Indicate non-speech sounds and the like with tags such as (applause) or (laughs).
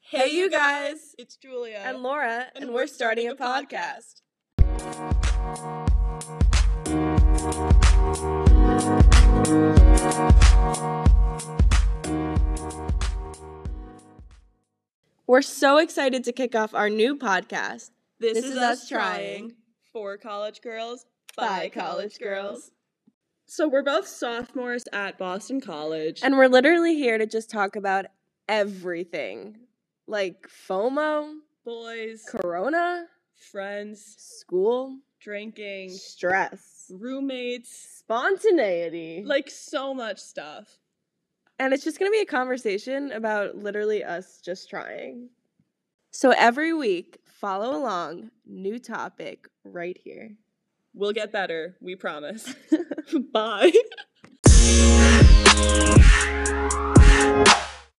Hey, you guys! It's Julia. And Laura, and, we're starting a podcast. We're so excited to kick off our new podcast. This, This is, is us us trying. trying. For college girls, by by college college girls. girls. So we're both sophomores at Boston College. And we're literally here to just talk about everything like FOMO, boys, Corona, friends, school, drinking, stress, roommates, spontaneity. like so much stuff. And it's just going to be a conversation about literally us just trying. So every week, follow along, new topic right here. We'll get better, we (laughs) promise. Bye.